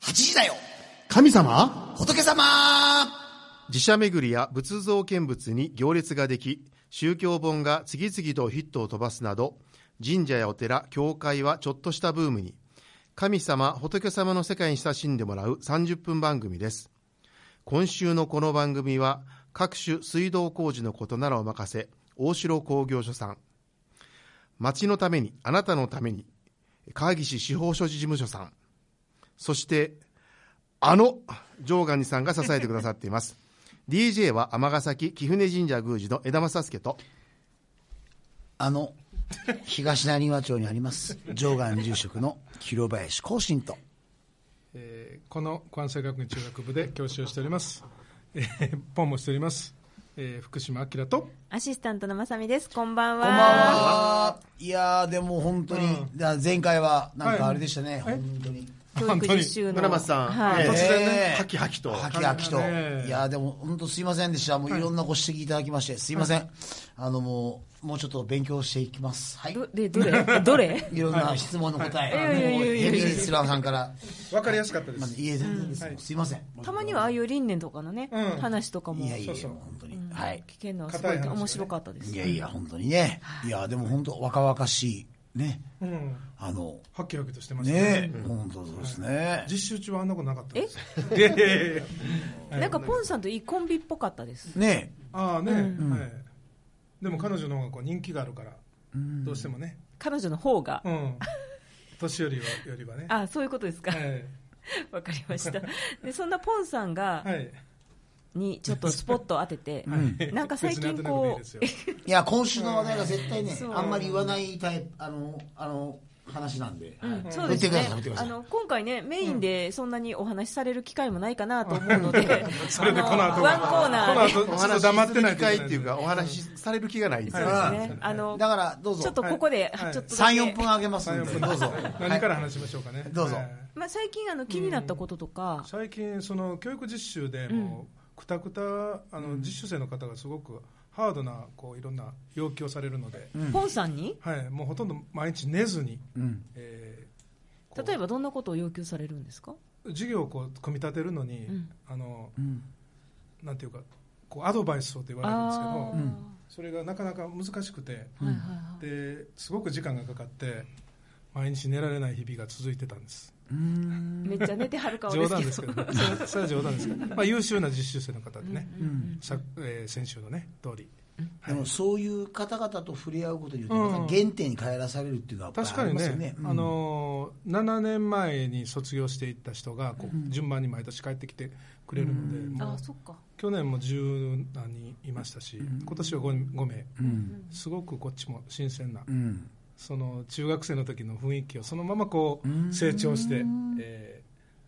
8時だよ神様仏様寺社巡りや仏像見物に行列ができ宗教本が次々とヒットを飛ばすなど神社やお寺教会はちょっとしたブームに神様仏様の世界に親しんでもらう30分番組です今週のこの番組は各種水道工事のことならお任せ大城工業所さん町のためにあなたのために川岸司法書士事務所さんそしてあのジョーガニさんが支えてくださっています DJ は尼崎貴船神社宮司の枝正助とあの、東成庭町にあります、上岸住職の広林光信と、えーこの関西学院中学部で教師をしております、えー、ポンもしております、えー、福島明とアシスタントのまさみです。こんばんは。こんばんはいやー、でも本当に、うだから前回はなんかあれでしたね、本当に。教育実習の。村松さん、はえい。え突然ねハキハキとはきはきと。体がねいやー、でも本当すいませんでした。もういろんなご指摘いただきまして、すいません。あの、もう、もうちょっと勉強していきます。はい。ど、で、どれどれいろんな質問の答え、はいはいもういやいやいやいやヘビースラーさんから、分かりやすかったでますず、いえ、全然ですよ。すいません。たまにはああいう輪廻とかのね、ん話とかもいやい聞やそいうそや、う本当に。はい。けるのはすごい硬い話ね面白かったですい。やいや、本当にね。いや、でも本当、若々しい。ね。うんあの、はっきりはっきりとしてましたね本当そうですね。実習中はあんなことなかったえですいやいやいやなんかポンさんといいコンビっぽかったです。ねああね、はい、でも彼女の方がこう人気があるから、どうしてもね、彼女の方がう。ん、年寄りはよりはね、あ、そういうことですか。えわかりました。で、そんなポンさんがえ、はい、にちょっとスポットを当てて、なんか最別に、な近こうんとなくでいいですよいや、今週の話題が絶対ねそ、うあんまり言わないタイプ、あの、あの、話なんで。はいそうです言ねってください、言ってくださあい。の今回ね、メインでそんなにお話しされる機会もないかなと思うので、それでこの後あワンコーナーでこおの後ちょっ話とし黙っすてるない機とい会けっないていうかお話しされる気がないんですよ、はいねあのだから、どうぞ。ちょっとここで、はいちょっとだけ3、4分あげますんで、どうぞ。何から話しましょうかね、どうぞはいまあ、最近あの気になったこととか、最近その教育実習でもうくたくたあの実習生の方がすごくハードなこういろんな要求をされるので、ポンさんにはい、もうほとんど毎日寝ずに、えこう例えばどんなことを要求されるんですかー授業をこう組み立てるのに、んあのなんていうかこうアドバイスをと言われるんですけど、それがなかなか難しくて、ーはいはいはいですごく時間がかかって毎日寝られない日々が続いてたんです。めっちゃ寝てはる顔で 冗す談けでどすけど、ね、それそれは冗談ですけど、まあ、優秀な実習生の方でね、さえー先週のね、通り、でも、そういう方々と触れ合うことによって、また原点に帰らされるっていうのは、やっ確ぱりかありにますね、よね。うんあのー7年前に卒業していった人がこう、順番に毎年帰ってきてくれるので、もあうーそっか去年も十何人いましたし、今年は 5, 名、すごくこっちも新鮮な、うん。その中学生の時の雰囲気をそのままこう成長して、えー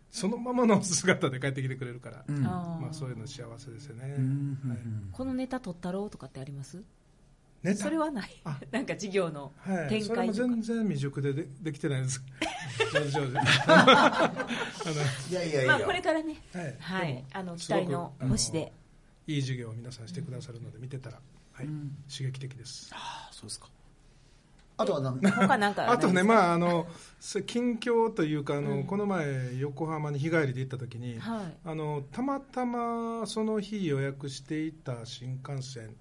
そのままの姿で帰ってきてくれるから、うんあーまあ、そういうの幸せですよね。はいこのネタ取ったろうとかってありますネタそれはないあ なんか授業のはい、展それ開もとか全然未熟ででできてない です。上手上手。あいやいやいまあや。これからねのはい、はいであのす期ごく待の星でもいい授業を皆さんしてくださるので見てたら、はい、刺激的です。あそうですか。あとは何他なんかあとね、ないですまああのそ近況というかあの、この前横浜に日帰りで行った時に、はいあのたまたまその日予約していた新幹線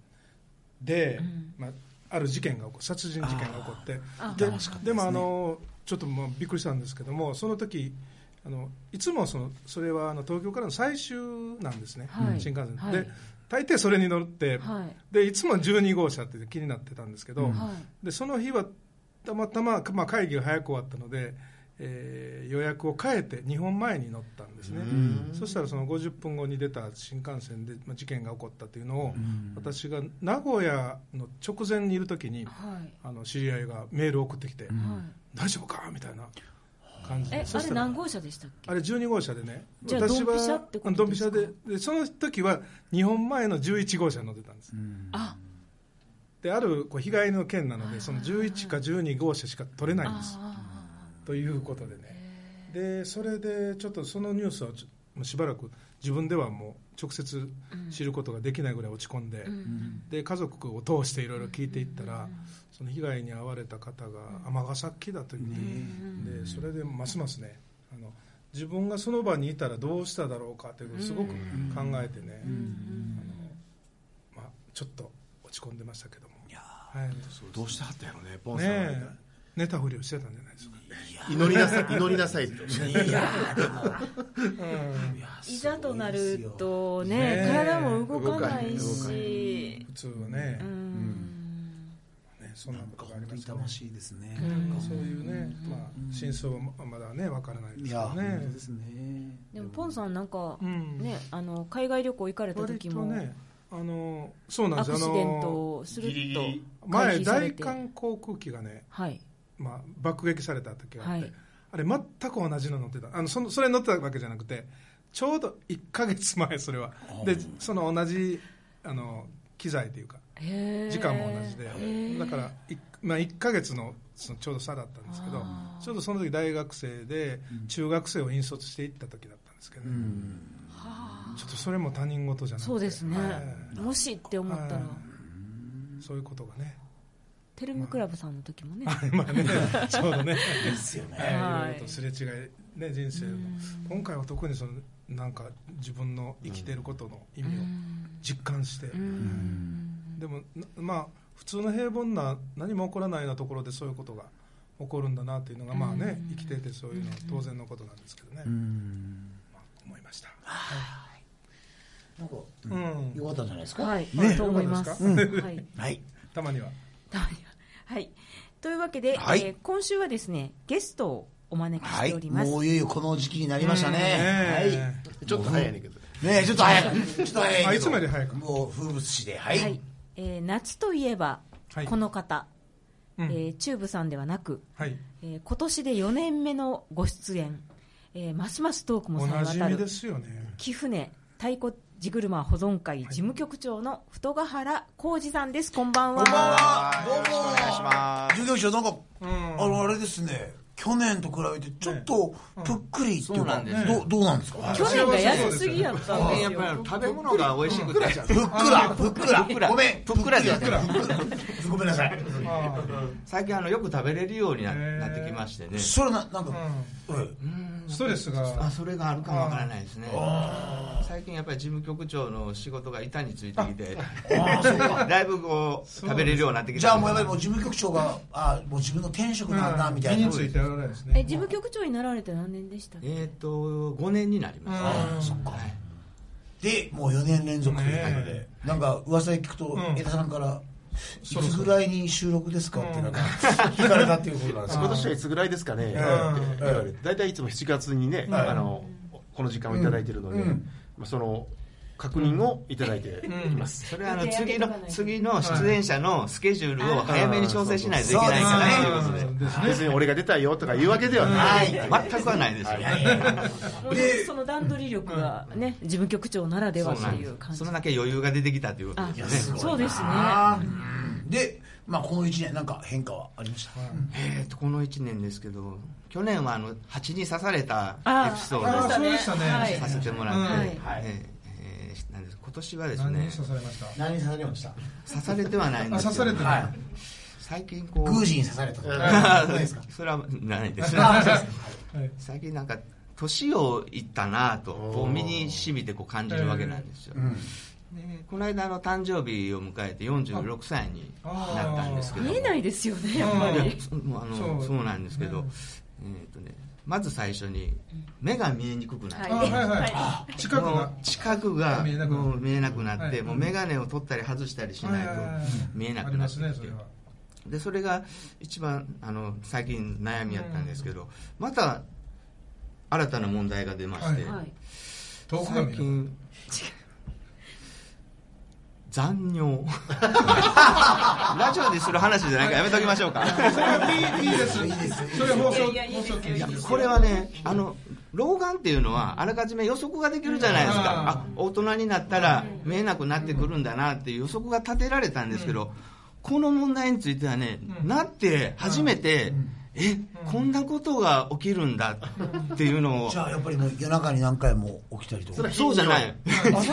で、まあある事件が起こ殺人事件が起こって。あででもあのちょっとまあびっくりしたんですけどもその時あのいつもそのそれはあの東京からの最終なんですね、はい新幹線、はいで大抵それに乗って、はいでいつも12号車って気になってたんですけど、はでその日はたまたま、まあ、会議が早く終わったので、えー予約を変えて2本前に乗ったんですねそしたらその50分後に出た新幹線で、まあ、事件が起こったというのを私が名古屋の直前にいる時にはいあの知り合いがメールを送ってきて、はい大丈夫かみたいな感じでえそあしれたら何号車でしたっけあれ12号車でねじゃあドンピシャってことですかうんドンピシャででその時は日本前の11号車乗ってたんです、あであるこう被害の件なのでその11か12号車しか取れないんですあということでねでそれでちょっとそのニュースはちょもうしばらく自分ではもう直接知ることができないぐらい落ち込んで、で家族を通していろいろ聞いていったら、その被害に遭われた方が尼崎だという、でそれでますますねあの自分がその場にいたらどうしただろうかっていうことをすごく考えてね、あのまあ、ちょっと落ち込んでましたけども、はい、どうしてはったやろねポンさんはねえ寝たふりをしてたんじゃないですか、祈りなさい祈りなさいっていやーでもうんいざとなるとねねえ体も動かな動かいなし普通はね,、うんねそんなことがあり本当まにした痛まねしいですね。んそういうね、まあ、真相はままだねわからないでいすや、よね本当ですね。でもポンさんなんかうんねあの海外旅行行かれた割時ともねあのそうなんアですよクあシデンのトをするギリギとリ前回避され大て韓航空機がね、はいまあ、爆撃された時があって、はいあれ全く同じの乗ってたあのそのそれに乗ってたわけじゃなくてちょうど1か月前それはでその同じあの機材というかへえ時間も同じで、へえだからい、まあ、1か月のそのちょうど差だったんですけどあーちょうどその時大学生で中学生を引率していった時だったんですけど、はあちょっとそれも他人事じゃなくてそうですねはいもしって思ったらはいそういうことがね テルミクラブさんの時もねまあねちょうどねですよね。はいはいいろいろとすれ違い、ね、人生の今回は特にそのなんか自分の生きてることの意味を実感して、うんでもなまあ普通の平凡な何も起こらないようなところでそういうことが起こるんだなっていうのがまあね生きててそういうのは当然のことなんですけどね、うん。まあ、思いました、なんか、うよん、かったんじゃないですか。はいねと思いますよかったはいはい。たまには はい。というわけで、はいえー今週はですね、ゲストをお招きしはていお。ります。もういよいよこの時期になりましたね。うんねえはい。ちょっと早いねんけどねえ、ちょっと早く。ちょっと早いけど。あいつもより早いかもう風物詩で。ははいい。えー夏といえば、はいこの方、うんえーチューブさんではなく、はいえー今年で4年目のご出演、えーますますトークもおさなえじ渡みるで、すよね貴船太鼓地車保存会事務局長の太ヶ原浩二さんです。こんばんこは。んばんは。どうも。お願いしますす。授業長、なんか、うんあの、あれですね。去年と比べて、ちょっと、ぷっくりっていうか、そうなんですどうどうなんですか去年が安すぎやったんですよやっ。ぱり食べ物が美味しくて、ふっくら、ふっくら。ふっくらごめん。ふっくらふっくら。ふっくらごめんなさい。あ最近あのよく食べれるようになへーなってきましてね。それな、なんか、あはいうんストレスあがそれがあるかもわからないですね。最近やっぱり事務局長の仕事が板についてきて、だいぶこう食べれるようになってきた。じゃあもうやっぱりもう事務局長が、あもう自分の転職なんだ、みたい身なに。ついてやらないですねえ、事務局長になられて何年でしたっけえっと5年になりました。あーそっかはいで、もう4年連続ということでね。なんか、噂に聞くとう、ん江田さんから、いつぐらいに収録ですかってなんか、聞かれたっていうことなんです今年はいつぐらいですかね、う大体いつも7月にね、あのこの時間をいただいてるので、うんうんまあ、その確認をいただいています、それはあの予定次やっておかのないと次の出演者のスケジュールを早めに調整しないといけないかはいらというこ別に俺が出たいよとか言うわけではない、とで、全くはないですよね。もうその段取り力がね、事務局長ならでそはうとなんいでう感じす。そ。れだけ余裕が出てきたということあですよね。そうですね。うんで、まあ、この1年、なんか変化はありました。えー、とこの1年ですけど去年はあの蜂に刺されたあエピソーあドりをましたさねははいいせてもらはっいて、えーえーなんです今年はです何ねに刺されました何に刺されました刺されてはないんであすよ刺されてはないい最近こう宮司に刺されたとか。あないですかそれはないですあそうです最近なんか年をいったなぁとこう身にしみてこう感じるわけなんですよ、でこの間あの誕生日を迎えて46歳になったんですけども見えないですよね、やっぱうんいやり。そもうあのそうそうなんですけど、えっ、とねまず最初に目が見えにくくなって、あはいはいは近くもうが近くが見えなくなるもう見えなくなって、はいもう眼鏡を取ったり外したりしないと見えなくなってきありますねて、それはでそれが一番あの最近悩みやったんですけど、また新たな問題が出まして、い。はい。遠くが最見え な近残 尿ラジオでする話じゃないからやめときましょ うか いいいですいいですそれ放送いやいやい放いです送禁いや止ですこれはねあの老眼っていうのはあらかじめ予測ができるじゃないですか、うんあ大人になったら見えなくなってくるんだなっていう予測が立てられたんですけど、この問題についてはね、うんなって初めて、えこんなことが起きるんだっていうのを、じゃあ、やっぱりもう夜中に何回も起きたりとか。そうじゃない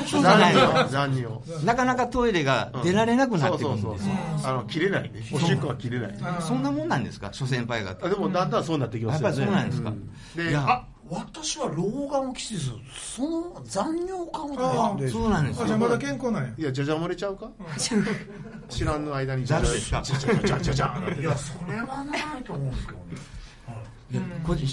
そうじゃない残尿残尿なかなかトイレが出られなくなそっうてくそるうんそうですそうあの切れないねおしっこは切れないあーそんなもんなんですか諸先輩方あでもだんだんそうなってきまやっすぱよりねそうなんですか、でいやあ私は老眼をきついですその残尿感あはあねそうなんですあじゃあまだ健康なんやいやじゃじゃ漏れちゃうか知らんの間にザルですかじゃじゃじゃじゃじゃなんていやそれはないと思うんですけどねいや個人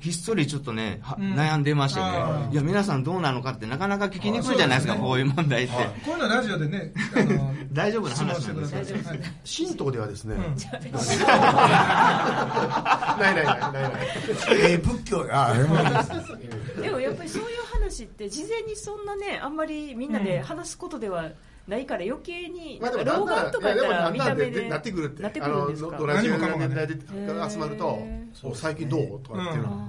ひっそりちょっとね、は悩んでましてねあ、いや、皆さんどうなのかって、なかなか聞きにくいじゃないですか、あーこういう問題って、こういうのラジオで ねあの大丈夫な質問話しなてんくでだすさよい、はい神道ではですね、んないないないないないえー、仏教ああれもいいですねでもやっぱりそういう話って事前にそんなねあんまりみんなで話すことではないから余計に、まあでも老眼とかやったら見た目でなってくるってなってくるんですあかのドラジオ何もかもがねで集まるとへそう最近どうとかっていうのは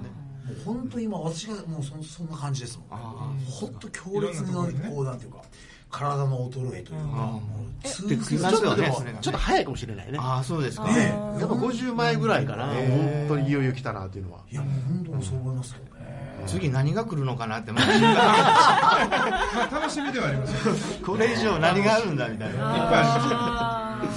もね、う本当に今私がもうそそんな感じですもんあ本当強烈なこうなんていうか体の衰えというか、もう痛で風繰り返ちしょっとでもそうだねちょっと早いかもしれないねあー、そうですか、ねえやっぱ50前ぐらいかな、本当にいよいよ来たなっていうのはいやもう本当にそう思いますけどね次、何が来るのかなって、まあまあ、楽しみではありますよ これ以上何があるんだみたいな、あ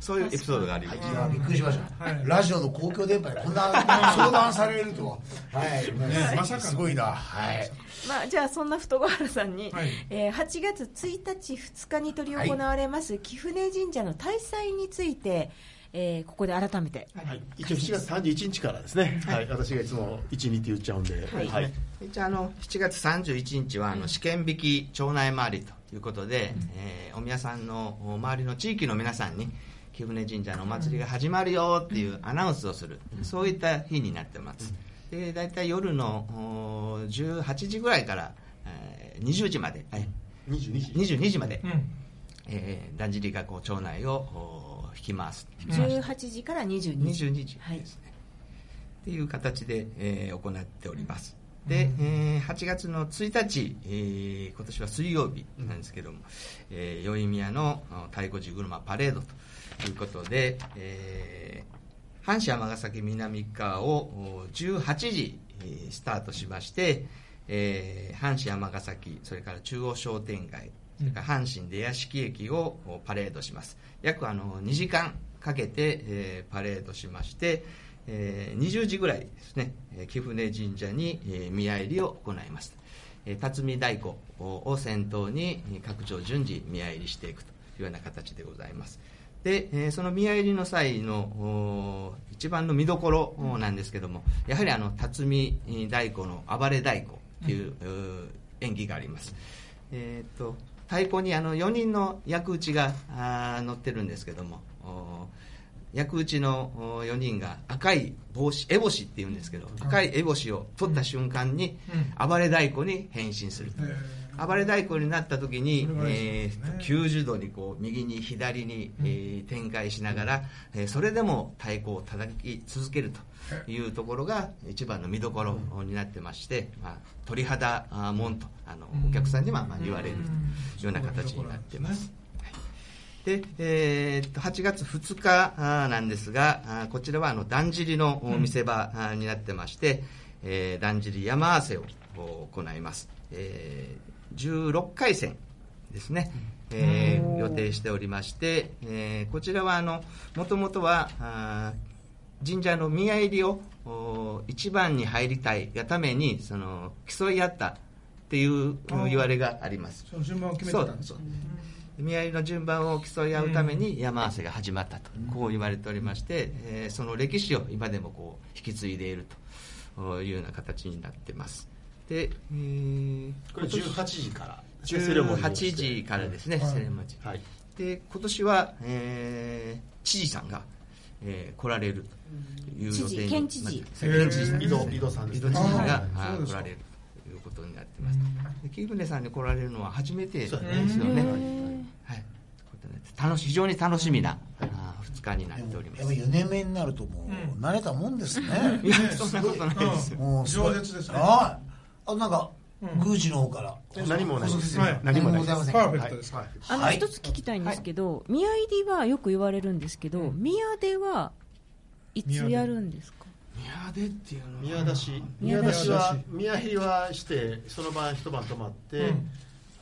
そういうエピソードがありまいす。やびっくりしました、はいラジオの公共電波でこんな相談されるとははい、まさかのすごいなはいーまあ、じゃあそんな太原さんに、はいえー8月1日2日に執り行われます貴船神社の大祭について、えーここで改めてはい、一応7月31日からですね、はい私がいつも12って言っちゃうんで、はいはい一応あの7月31日はあの試験引き町内回りということで、えーお宮さんのお周りの地域の皆さんに貴船神社のお祭りが始まるよっていうアナウンスをする、そういった日になってます、で大体夜のおー18時ぐらいから、えー20時まで、はい22時22時まで、うんえーだんじりがこう町内をおー引き回す18時から22時、 22時はいですね、っていう形で、えー行っておりますで、えー8月の1日、えー今年は水曜日なんですけども、えー、宵宮のあの太鼓地車パレードということで、えー阪神尼崎南側をお18時、えースタートしまして、えー阪神尼崎それから中央商店街それから阪神出屋敷駅をおパレードします約あの2時間かけて、えーパレードしまして、えー20時ぐらいですねえー貴船神社に、えー宮入りを行いますえー辰巳太鼓を先頭にえー各町順次宮入りしていくというような形でございますで、えーその宮入りの際のおー一番の見どころおなんですけどもやはりあの辰巳太鼓の暴れ太鼓という、うー演技がありますえーっと太鼓にあの4人の役打ちがあー乗ってるんですけどもお役打ちの4人が赤い帽子烏帽子っていうんですけど赤い烏帽子を取った瞬間に暴れ太鼓に変身すると、暴れ太鼓になった時に、これがいいえですねー90度にこう右に左に、えー展開しながら、えーそれでも太鼓を叩き続けるというところが一番の見どころになってまして、まあ、鳥肌あー門とあのお客さんにはまあ言われるというような形になってます。で、えーっと8月2日あーなんですがあーこちらはあのだんじりのお見せ場あーになってまして、えーだんじり山合わせをお行います、えー16回戦ですね、えー予定しておりまして、えーこちらはあのもともとはあー神社の宮入りをお一番に入りたいがためにその競い合ったっていううん言われがありますその順番を決めてたんですそうそう宮入りの順番を競い合うために山合わせが始まったと、こう言われておりまして、えーその歴史を今でもこう引き継いでいるというような形になってますで、えーこれ18時から18時からですね、セレモニーはいで今年は、えー知事さんが、えー来られるという予定に知事県知事そう県知事井戸井戸さんです井戸知事があーあーそうです来かられるということになってますで木船さんに来られるのは初めてですよそうだねねはい楽し非常に楽しみな、あ2日になっておりまやすっぱ4年目になるともう慣れたもんです ね、いやそんなことないですよもうすごい饒舌ですねはいあなんか、宮司の方からえ何もないですはい何もないで何もござすいませんパーフェクトですはいはいあの、はい一つ聞きたいんですけど、宮入りはよく言われるんですけど、宮出はいつやるんですか宮出っていうの宮出し宮宮出出ししは宮入りはしてその晩一晩泊まって、うん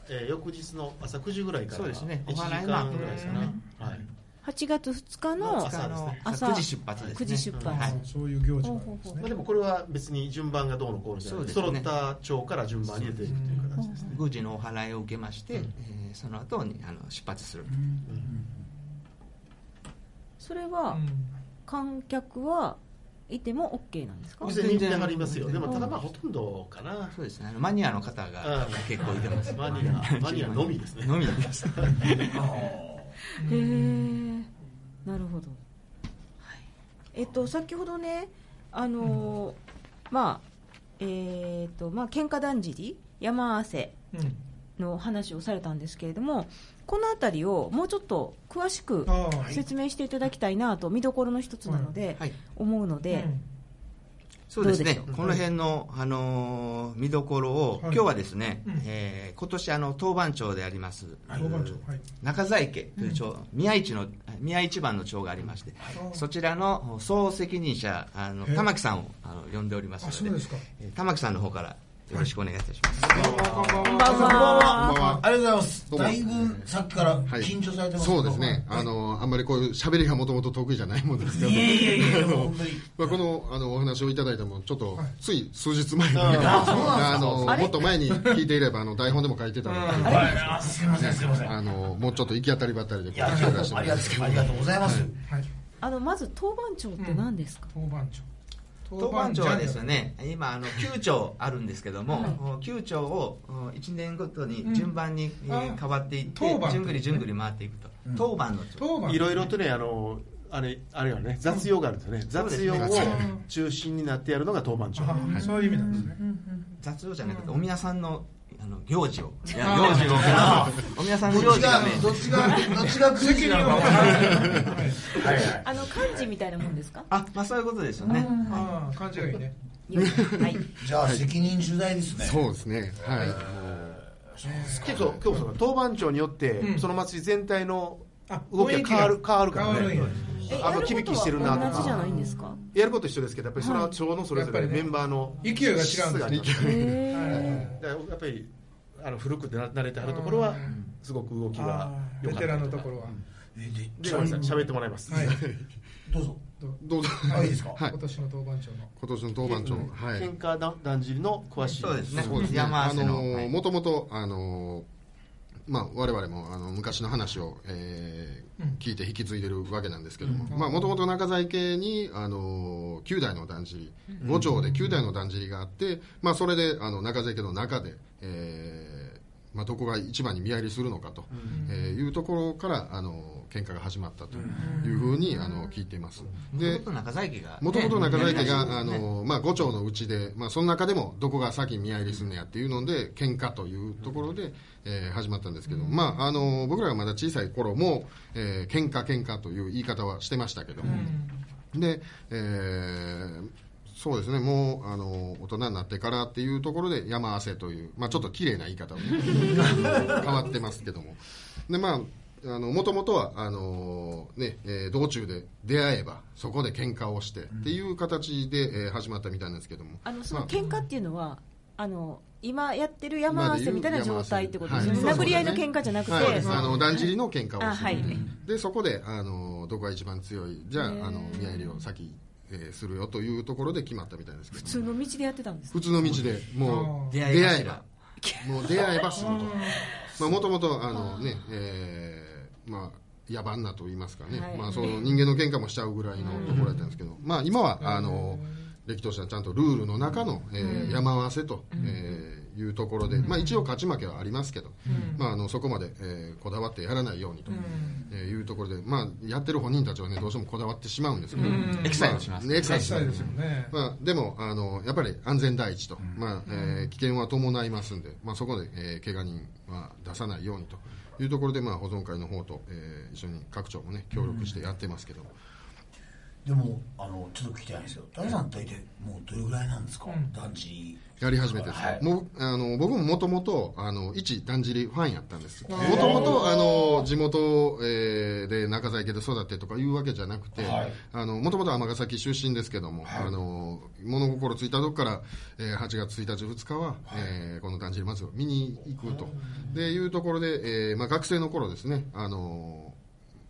えー翌日の朝9時ぐらいからそうですね1時お花間山ぐらいですかね、はい、 8月2日の朝ですね朝9時出発ですね9時出は発いそういう行事なんですねまあ、でもこれは別に順番がどうのこうのじゃなくて、そ揃うですねった町から順番に出ていくという形ですね。宮司のお祓いを受けまして、えーその後にあの出発するそれうはん観客はいても OK なんですかおうん店に行ってはりますよ。全で然も、ただまあ、ほとんどかな。そうですねあのマニアの方がうん結構いてますマニアマニアのみですねのみですへえなるほど、はい、えっと先ほどねあのーまあえーっとまあ喧嘩だんじり山合わせうんの話をされたんですけれどもこの辺りをもうちょっと詳しくああ説明していただきたいなと見どころの一つなのではい思うので、うんそうですねどうでしょこの辺の、あのー見どころを、はい今日はですね、うんえー今年あの当番町であります、当番町はい中在家という町、宮市の宮一番の町がありまして、そちらの総責任者あのへえ玉木さんをあの呼んでおりますあそのうでですかえー玉木さんの方からよろしくお願いいたします、こんばんはありがとうございます。どうもだいぶさっきからはい緊張されてます、そうですね、あのあんまりこういう喋りがもともと得意じゃないもんですから、いやいやいやあの本当にまあ、このあのお話をいただいたもの、ちょっとつい数日前に、あそうあのあれもっと前に聞いていれば、あの台本でも書いてたので、 はいあすいませんすいませんいあのもうちょっと行き当たりばったりでこうやありが喋らとせてうもあらりいがますとうありがとうございます、はいあのまず当番町って何ですか、当番町当番町はですね今あの9町あるんですけども、九9町を1年ごとに順番に、えーあ変わっていって当番じゅんぐりじゅんぐり回っていくと、当番の町当番いろいろとね、あの、あれ、あれはね、雑用があるんですよね。雑用をそうです中心になってやるのが当番町。あそういう意味なんですね雑用じゃなくてお宮さんのあの行事をいや行事をあのお宮さんのどっ行ち事ががねどっちがどっちが空気なのか分からないはいはいあの漢字みたいなもんですかあまあそういうことですよね、ああ感じがいいねよはいじゃあ責任重大ですねそうですね、はい、結構、今日その当番町によって、うんその祭り全体のあ動きが変わる、変わるか変らわるんねや。えあのやることはキビキしてるなとか同じじゃないんですかやること一緒ですけど、やっぱりそれは町のそれぞれはいやっぱりねメンバーの勢いが違うんですね質がありますへえだからやっぱりあの古くてな慣れてはるところはすごく動きがああ良ベかったテランのところはえででごめんなさい喋ってもらいます、 はいどうぞどうぞ、あいいですかはい今、年の当番長の今年の当番長、はい、喧嘩だだんじりの詳しいそうですねそうですね。山合わせのはいもともと、あのーまあ、我々もあの昔の話を、えー聞いて引き継いでるわけなんですけどももともと中在家に、あのー、9代のだんじり5町で9代のだんじりがあって、まあ、それであの中在家の中で、えーまあ、どこが一番に見合いするのかと、えーいうところからあの喧嘩が始まったというふうに、あの聞いています。もともと中在家がねもともと中在家ねが、あのまあ、5丁のうちで、まあ、その中でもどこが先に見合い入りすんのやっていうので喧嘩というところで、えー始まったんですけど、まあ、あの僕らがまだ小さい頃も、えー、喧嘩喧嘩という言い方はしてましたけども、で、えーそうですねもうあの大人になってからっていうところで山汗という、まあ、ちょっと綺麗な言い方をね、変わってますけども。でまああの元々はあのねえー道中で出会えばそこで喧嘩をしてっていう形で、えー始まったみたいなんですけどもあのそのまあ喧嘩っていうのは、あの今やってる山合わせみたいな状態ってことですよね、今でいう殴り合いの喧嘩じゃなくて、はいはいあのだんじりの喧嘩をあすはるい、でそこであのどこが一番強いじゃああへーの見合いを先、えーするよというところで決まったみたいですけ普ど通の道でやってたんです普通の道でもう出出会い会え頭ばも う出会えばするとまあもともとあのねえーまあ野蛮なと言いますかね、はいまあ、その人間の喧嘩もしちゃうぐらいのところだったんですけど、まあ、今はあの歴としてはちゃんとルールの中の、えー山合わせと、えーいうところで、まあ、一応勝ち負けはありますけど、まあ、あのそこまで、えーこだわってやらないようにと、えーいうところで、まあ、やってる本人たちは、ね、どうしてもこだわってしまうんですけど、まあエキサイトしますねエキサイトししたまいすですよねまあ、でもあのやっぱり安全第一と、まあえー危険は伴いますんで、まあ、そこで、えー、怪我人は出さないようにというところで、まあ、保存会の方と、えー一緒に各庁も、ね、協力してやってますけど、でもあのちょっと聞きたいんですけど谷さん大体もうどれぐらいなんですか、団地やり始めてです、はいもうあの僕ももともとあの一だんじりファンやったんですもともと地元、えーで中在家で育ってとかいうわけじゃなくてはいもともと尼崎出身ですけども、あの物心ついたとこから、えー8月1日2日は、えーこのだんじり祭りを見に行くとでいうところで、えーまあ、学生の頃ですねあの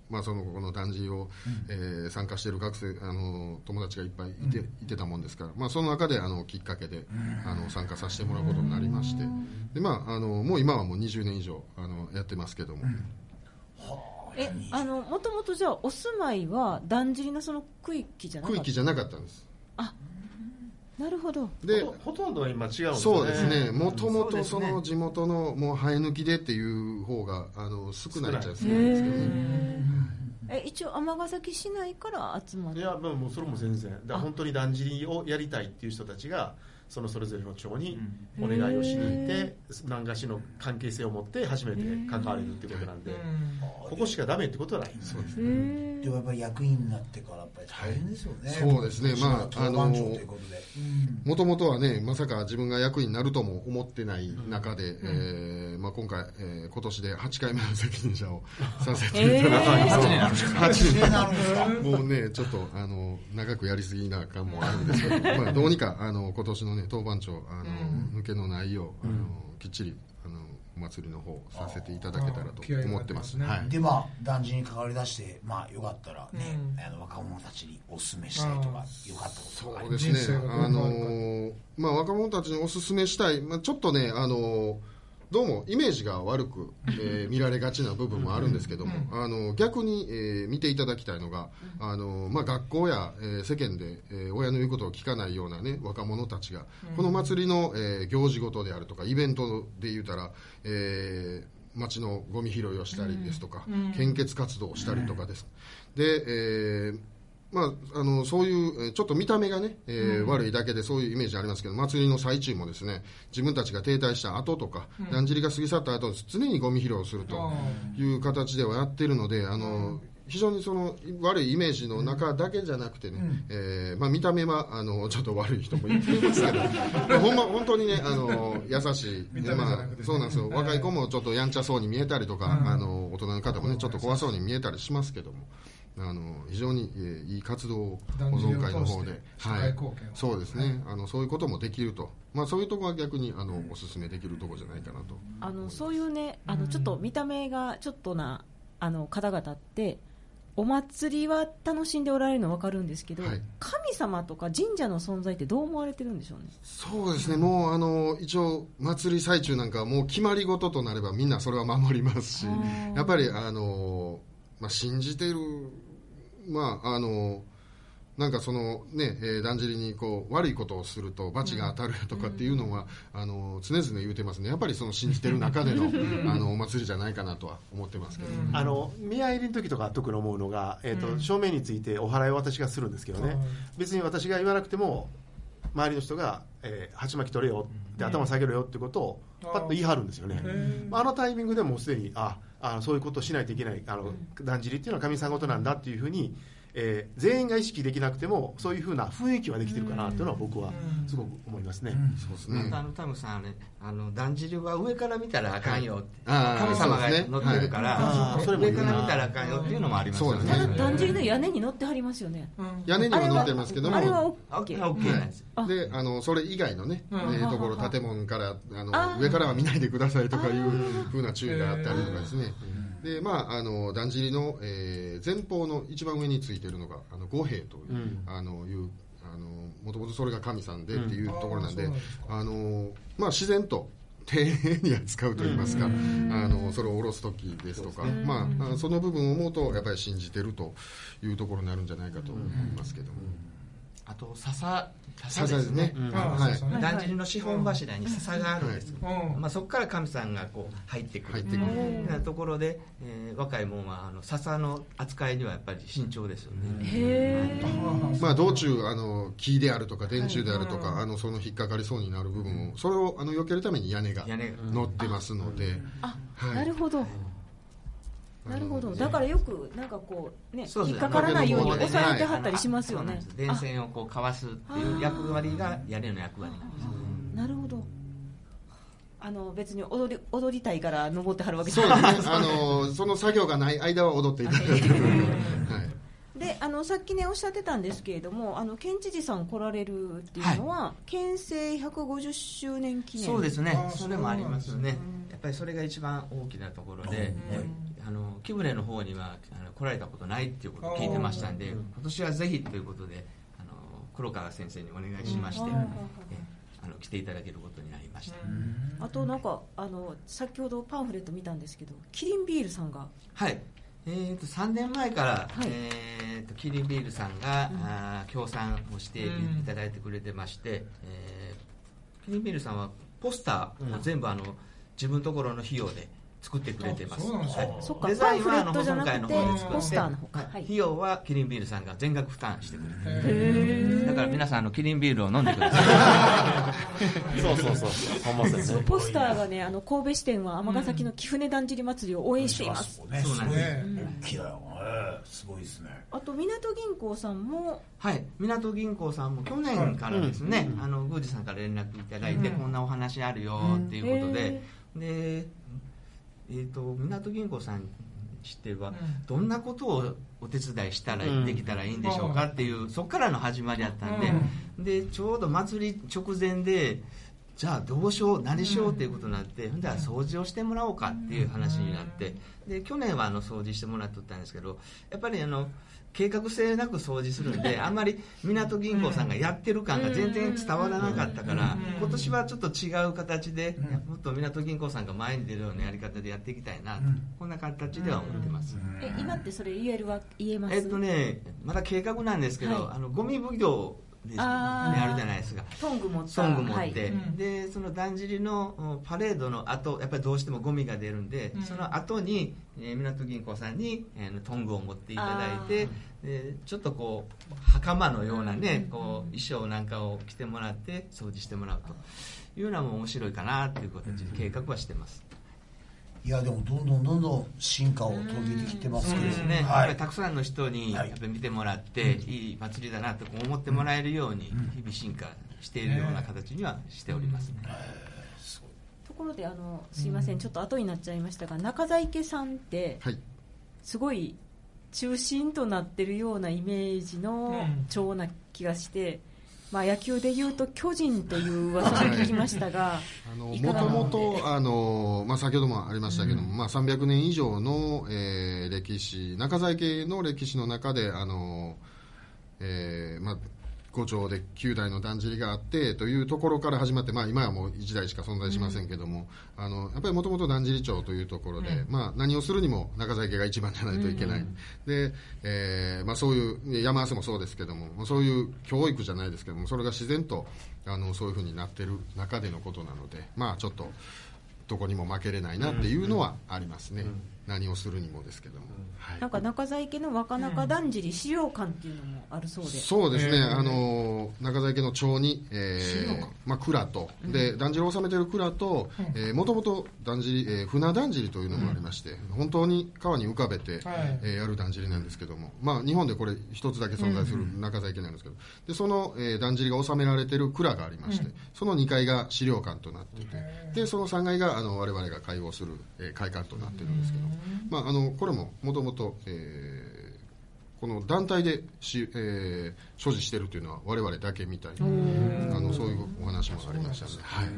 まあ、そのこの団地を、えー参加している学生あの友達がいっぱいいて,、いてたもんですから、まあ、その中であのきっかけで、あの参加させてもらうことになりまして、でまあ、あのもう今はもう20年以上あのやってますけども、えあのもともとじゃあお住まいはだんじりのその区域じゃなかっ区た域じゃなかったんですなるほどでほとほとんどは今違うんですよねそうですね、もともそうとですそねの地元のもう生え抜きでっていう方があの少ないっちゃ少へないですけどね、え一応尼崎市内から集まっいてやまあもうそれも全然だから本当にだんじりをやりたいっていう人たちがそのそれぞれの町にお願いをしに行って何かしの関係性を持って初めて関われるってことなんでここしかダメってことはないそうですへーでもやっぱり役員になってからやっぱり大変ですよね、はいそうですねまあ当番長ということで、うんもともとはね、まさか自分が役員になるとも思ってない中で、えーまあ、今回、えー今年で8回目の責任者をさせていただいて、え もうね、ちょっとあの長くやりすぎな感もあるんですけど、まあ、どうにかあの今年のね、当番長、あの抜けのないよう、あのきっちりあのお祭りの方、させていただけたらと思ってまあー気合いが入ってますす。ねはいでまあ団地に関わり出してまあよかったらね、うんあの若者たちにお勧めしたいとかよかったことがあそりまうですすね人生がどう変わあるかのーまあ、若者たちにお勧めしたい、まあ、ちょっとね、あのーどうもイメージが悪く、えー見られがちな部分もあるんですけども、あのー逆に、えー見ていただきたいのが、あのーまあ、学校や、えー世間で、えー親の言うことを聞かないような、ね、若者たちが、この祭りの、えー行事ごとであるとかイベントで言うたら、えー町のゴミ拾いをしたりですとか、献血活動をしたりとかです、で、えーまあ、あのそういうえーちょっと見た目がね、えー悪いだけでそういうイメージありますけど祭りの最中もですね自分たちが停滞した後とか、だんじりが過ぎ去った後常にゴミ拾いをするという形ではやってるのであの、非常にその悪いイメージの中だけじゃなくてね、えーまあ、見た目はあのちょっと悪い人もいるんで すけどほん、ま、本当にねあの優しい、見た目じゃなくてねまあ、そうなんですよ若い子もちょっとやんちゃそうに見えたりとか、あの大人の方もねちょっと怖そうに見えたりしますけども。あの非常に、えーいい活動を保存会の方で、社会貢献をそうですね、あのそういうこともできると、まあ、そういうところは逆にあの、おすすめできるところじゃないかなと、あのそういうねあのちょっと見た目がちょっとなあの方々ってお祭りは楽しんでおられるの分かるんですけど、はい神様とか神社の存在ってどう思われてるんでしょうねそうですね、もうあの一応、祭り最中なんかはもう決まり事となれば、みんなそれは守りますし、やっぱりあの、まあ、信じてる、まああのなんかそのね、えーだんじりにこう悪いことをすると罰が当たるとかっていうのは、あの常々言うてますね、やっぱりその信じてる中でのあのお祭りじゃないかなとは思ってますけど。あの見合いの時とか特に思うのが、えーと正面についてお払いを私がするんですけどね、別に私が言わなくても周りの人が、えー、鉢巻き取れよって、頭下げろよってことをうんパッと言い張るんですよねへーまああのタイミングでもうすでにああのそういうことをしないといけないあのだんじりっていうのは神さん事なんだっていうふうに、えー全員が意識できなくてもそういうふうな雰囲気はできてるかなっていうのは僕はすごく思いますね。そうですまねたあのタムさんあれあのだんじりは上から見たらあかんよってあー神様がそうですね乗ってるから、はいあーそれもい上いなから見たらあかんよっていうのもありますよそうでねすただだんじりの屋根に乗ってはりますよね屋根には乗ってますけどもあれはあ OK あ OK なんですよあであのそれ以外のね、えーところ建物からあのあー上からは見ないでくださいとかいうふうな注意があったりとかですね、でまああのだんじりの、えー前方の一番上についているのがあの五兵という、んあのいうあのもともとそれが神さんでっていうところなんで,、うんあーそうなんですあのまあ自然と丁寧に扱うといいますか、あのそれを下ろす時ですとかまああ、その部分を思うとやっぱり信じてるというところになるんじゃないかと思いますけども、あと笹笹さですすねね。あはいそうそうねだんじりの資本柱に笹があるんです、うんまあ、そこから神さんがこう入ってくる入ってくるみたいなところで、えー若いもんはあの笹の扱いにはやっぱり慎重ですよね、へえまあ、道中あの木であるとか電柱であるとか、あのその引っかかりそうになる部分をそれをあの避けるために屋根が屋根が乗ってますので、あ、はいなるほどなるほどだからよくなんかこうねそうです引っかからないようにはい押さえてはったりしますよねそうなんです電線をこうかわすっていう役割が屋根の役割なんですよなるほどあの別に踊り踊りたいから登ってはるわけじそゃうでないすねあのその作業がない間は踊っていただいて、 はい、であのさっきねおっしゃってたんですけれどもあの県知事さん来られるっていうのは、県政150周年記念そうですねあーそれもありますよねそうなんですやっぱりそれが一番大きなところで、はいあの木舟の方にはあの来られたことないっていうことを聞いてましたんであー今年はぜひということであの黒川先生にお願いしまして、うんえあの来ていただけることになりました、あとなんかあの先ほどパンフレット見たんですけどキリンビールさんがはいえー、と3年前から、はいえー、とキリンビールさんが、うんあー協賛をしていうんただいてくれてまして、えーキリンビールさんはポスターを全部あの自分ところの費用で作ってくれてまあす、そうなんですかはいそっかデザインはあパンのフレットじゃなくて保存会の方で作ってポスターの方かはいはい費用はキリンビールさんが全額負担してくれてるへだから皆さんあのキリンビールを飲んでくださいそうそうそうそうほんまそうやねポスターがねあの神戸支店は尼崎の貴船だんじり祭りを応援しています、そうね、すそうなんごいで大きいだよ、ええすごいですね。あと港銀行さんもはい、港銀行さんも去年からですね、あの宮司さんから連絡いただいて、こんなお話あるよっていうことで、で、えー、と港銀行さんにしては、どんなことをお手伝いしたら、うんできたらいいんでしょうかっていうそこからの始まりだったんで、でちょうど祭り直前でじゃあどうしよう何しようっていうことになって、ほんでは掃除をしてもらおうかっていう話になって、で去年はあの掃除してもらっとったんですけどやっぱりあの計画性なく掃除するんであんまり港銀行さんがやってる感が全然伝わらなかったから今年はちょっと違う形でもっと港銀行さんが前に出るようなやり方でやっていきたいなとこんな形では思ってます。え今ってそれ言えるわ言えますえっとね、まだ計画なんですけど、はいあのゴミ奉行ですね、あーあるじゃないですか。トング持ったソング持っはいて、でそのだんじりのうんパレードの後やっぱりどうしてもゴミが出るんで、その後に、えー港銀行さんに、えートングを持っていただいてでちょっとこう袴のようなね、こう衣装なんかを着てもらって掃除してもらうというのも面白いかなっていう形で計画はしてます、いや、でも、どんどんどんどん進化を遂げてきてますそけうどですね、やっはぱりい。たくさんの人にやはっいぱり見てもらって、いい祭りだなと思ってもらえるように日々進化しているような形にはしておりますね、ところであのすいませんちょっと後になっちゃいましたが中在家さんってはいすごい中心となってるようなイメージの長な気がして、まあ、野球でいうと巨人という噂も聞きましたがいかもがとなもと、あのまあ、先ほどもありましたけども、まあ、300年以上の、えー歴史中在家の歴史の中で、あのえーまあ、五朝で9代のだんじりがあってというところから始まって、まあ、今はもう1代しか存在しませんけども、あのやっぱりもともとだんじり町というところで、まあ、何をするにも中在家が一番じゃないといけない、でえーまあ、そういう山汗もそうですけどもそういう教育じゃないですけどもそれが自然とあのそういうふうになってる中でのことなので、まあ、ちょっとどこにも負けれないなっていうのはありますね、何をするにもですけども。はいなんか中在家の若中だんじり資料館っていうのもあるそうで、そうですね、あの中在家の町に、えーまあ、蔵と、でだんじりを収めている蔵と、えー、もともとだんじり、えー船だんじりというのもありまして、本当に川に浮かべて、はいえーやるだんじりなんですけども、まあ、日本でこれ、一つだけ存在する中在家なんですけど、でその、えーだんじりが収められている蔵がありまして、その2階が資料館となっていて、でその3階があの我々が開放する、えー会館となっているんですけど、まあ、あのこれももともと、えーこの団体でし、えー所持しているというのは我々だけみたいなあのそういうお話もありましたので、はい、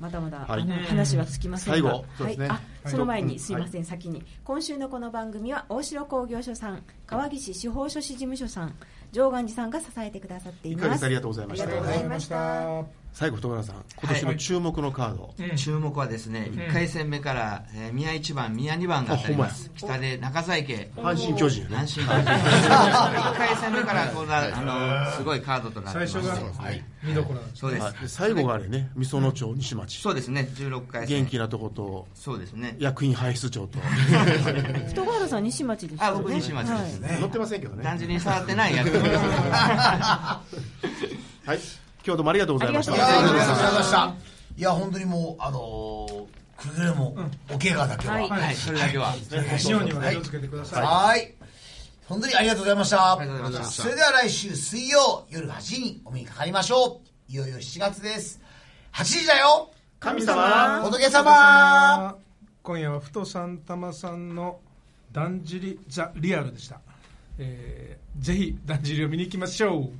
まだまだ、はいあの話はつきませんが最後そうはでいすねあその前にすいません、先に今週のこの番組は大城工業所さん川岸司法書士事務所さん上岸寺さんが支えてくださってい1ますヶ月ありがとうございましありがとうごたざいました最後、徳永さん、今年の注目のカード、注目はですね、1回戦目から、えー宮1番、宮2番が当たります。北で中在家。阪神巨人ね南進番。1回戦目からこんな、あの、すごいカードとなってま最す。初が見どころなんですそうです。はいで最後があれね、美園町、西町そ、うですね、16回戦。元気なとこと、そうですね。役員輩出 長と、戸川さん西町ですよねあ僕西町ですはい乗ってませんけどね、単純に触って ないやつです。はい、今日どうもありがとうございましあいりやがた。とー、ありうございがまとうごすざいました。いや、本当にもう、あのー、くれぐれも、お怪我だけは。はい。はい、それだけは。日本には気をつけてください本当にありがとうございました。りがとうございましたそれでは来週水曜夜8時にお目にかかりましょう。いよいよ7月です。8時だよ神様仏様今夜はふとさんたまさんのだんじりザリアルでした、えーぜひだんじりを見に行きましょう